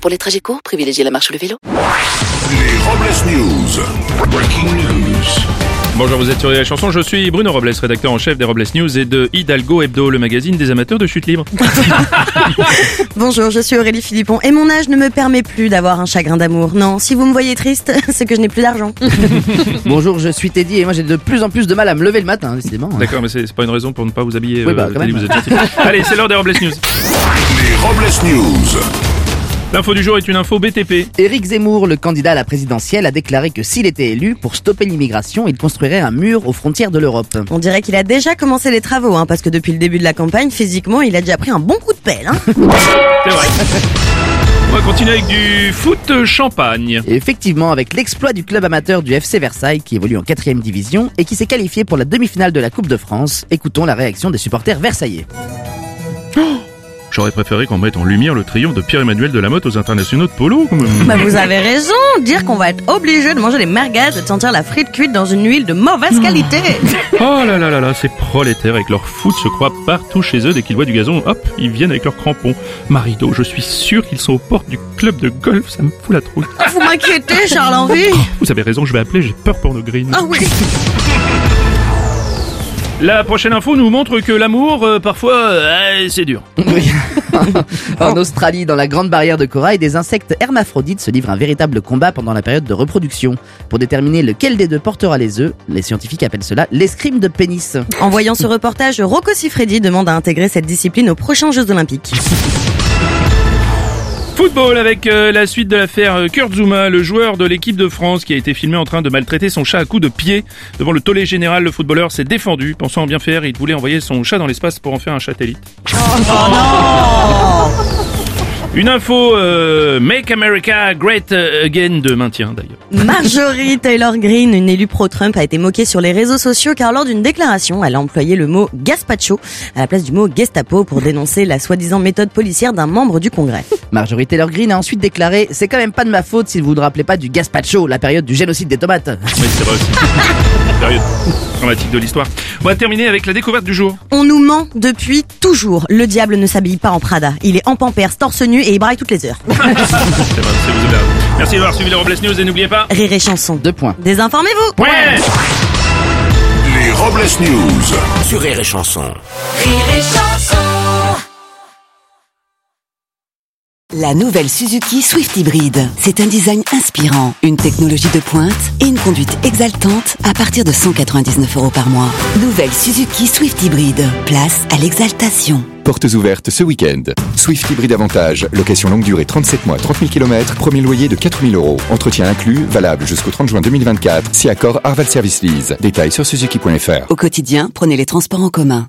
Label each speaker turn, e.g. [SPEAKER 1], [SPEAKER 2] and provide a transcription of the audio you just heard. [SPEAKER 1] Pour les trajets courts, privilégiez la marche ou le vélo.
[SPEAKER 2] Les Robles News. Breaking news.
[SPEAKER 3] Bonjour, vous êtes sur la chanson, je suis Bruno Robles, rédacteur en chef des Robles News et de Hidalgo Hebdo, le magazine des amateurs de chute libre.
[SPEAKER 4] Bonjour, je suis Aurélie Philippon et mon âge ne me permet plus d'avoir un chagrin d'amour. Non, si vous me voyez triste, c'est que je n'ai plus d'argent.
[SPEAKER 5] Bonjour, je suis Teddy et moi j'ai de plus en plus de mal à me lever le matin, décidément.
[SPEAKER 3] D'accord, mais c'est c'est pas une raison pour ne pas vous habiller.
[SPEAKER 5] Oui, bah, quand
[SPEAKER 3] Teddy,
[SPEAKER 5] même.
[SPEAKER 3] vous êtes gentil. Allez, c'est l'heure des Robles News.
[SPEAKER 2] Les Robles News.
[SPEAKER 3] L'info du jour est une info BTP.
[SPEAKER 5] Éric Zemmour, le candidat à la présidentielle, a déclaré que s'il était élu, pour stopper l'immigration, il construirait un mur aux frontières de l'Europe.
[SPEAKER 4] On dirait qu'il a déjà commencé les travaux, hein, parce que depuis le début de la campagne, physiquement, il a déjà pris un bon coup de pelle. Hein.
[SPEAKER 3] C'est vrai. On va continuer avec du foot champagne.
[SPEAKER 5] Et effectivement, avec l'exploit du club amateur du FC Versailles, qui évolue en 4 division et qui s'est qualifié pour la demi-finale de la Coupe de France, écoutons la réaction des supporters versaillais.
[SPEAKER 3] J'aurais préféré qu'on mette en lumière le triomphe de Pierre-Emmanuel Delamotte aux internationaux de polo.
[SPEAKER 4] Bah, vous avez raison, dire qu'on va être obligé de manger des merguez et de sentir la frite cuite dans une huile de mauvaise qualité.
[SPEAKER 3] Oh là là là là, ces prolétaires avec leur foot se croient partout chez eux dès qu'ils voient du gazon. Hop, ils viennent avec leurs crampons. Marido, je suis sûr qu'ils sont aux portes du club de golf, ça me fout la trouille.
[SPEAKER 4] vous m'inquiétez, Charles Henry.
[SPEAKER 3] Oh, Vous avez raison, je vais appeler, j'ai peur pour nos greens.
[SPEAKER 4] Ah oui.
[SPEAKER 3] La prochaine info nous montre que l'amour, euh, parfois, euh, c'est dur.
[SPEAKER 5] Oui. en Australie, dans la grande barrière de corail, des insectes hermaphrodites se livrent à un véritable combat pendant la période de reproduction. Pour déterminer lequel des deux portera les œufs, les scientifiques appellent cela l'escrime de pénis.
[SPEAKER 4] En voyant ce reportage, Rocco Siffredi demande à intégrer cette discipline aux prochains Jeux Olympiques.
[SPEAKER 3] Football avec euh, la suite de l'affaire euh, Kurt Zouma, le joueur de l'équipe de France qui a été filmé en train de maltraiter son chat à coups de pied. Devant le tollé général, le footballeur s'est défendu. Pensant en bien faire, il voulait envoyer son chat dans l'espace pour en faire un satellite. Une info, euh, Make America Great Again de maintien d'ailleurs.
[SPEAKER 4] Marjorie Taylor Greene, une élue pro-Trump, a été moquée sur les réseaux sociaux car lors d'une déclaration, elle a employé le mot gaspacho à la place du mot Gestapo pour dénoncer la soi-disant méthode policière d'un membre du Congrès.
[SPEAKER 5] Marjorie Taylor Greene a ensuite déclaré C'est quand même pas de ma faute si vous ne vous rappelez pas du gazpacho, la période du génocide des tomates.
[SPEAKER 3] Oui, c'est vrai aussi. Période dramatique de l'histoire. On va terminer avec la découverte du jour.
[SPEAKER 4] On nous ment depuis toujours. Le diable ne s'habille pas en Prada. Il est en pampers, torse nu et il braille toutes les heures.
[SPEAKER 3] C'est vrai, c'est vous avez raison. Merci d'avoir suivi les Robles News et n'oubliez pas.
[SPEAKER 4] Rire et chanson.
[SPEAKER 5] Deux points.
[SPEAKER 4] Désinformez-vous
[SPEAKER 3] Ouais
[SPEAKER 2] Les Robles News.
[SPEAKER 6] Sur Rire et Chanson.
[SPEAKER 7] La nouvelle Suzuki Swift Hybrid. C'est un design inspirant, une technologie de pointe et une conduite exaltante à partir de 199 euros par mois. Nouvelle Suzuki Swift Hybrid. Place à l'exaltation.
[SPEAKER 8] Portes ouvertes ce week-end. Swift Hybrid Avantage. Location longue durée 37 mois, 30 000 km. Premier loyer de 4 000 euros. Entretien inclus, valable jusqu'au 30 juin 2024. Si accord Arval Service Lease. Détails sur suzuki.fr.
[SPEAKER 7] Au quotidien, prenez les transports en commun.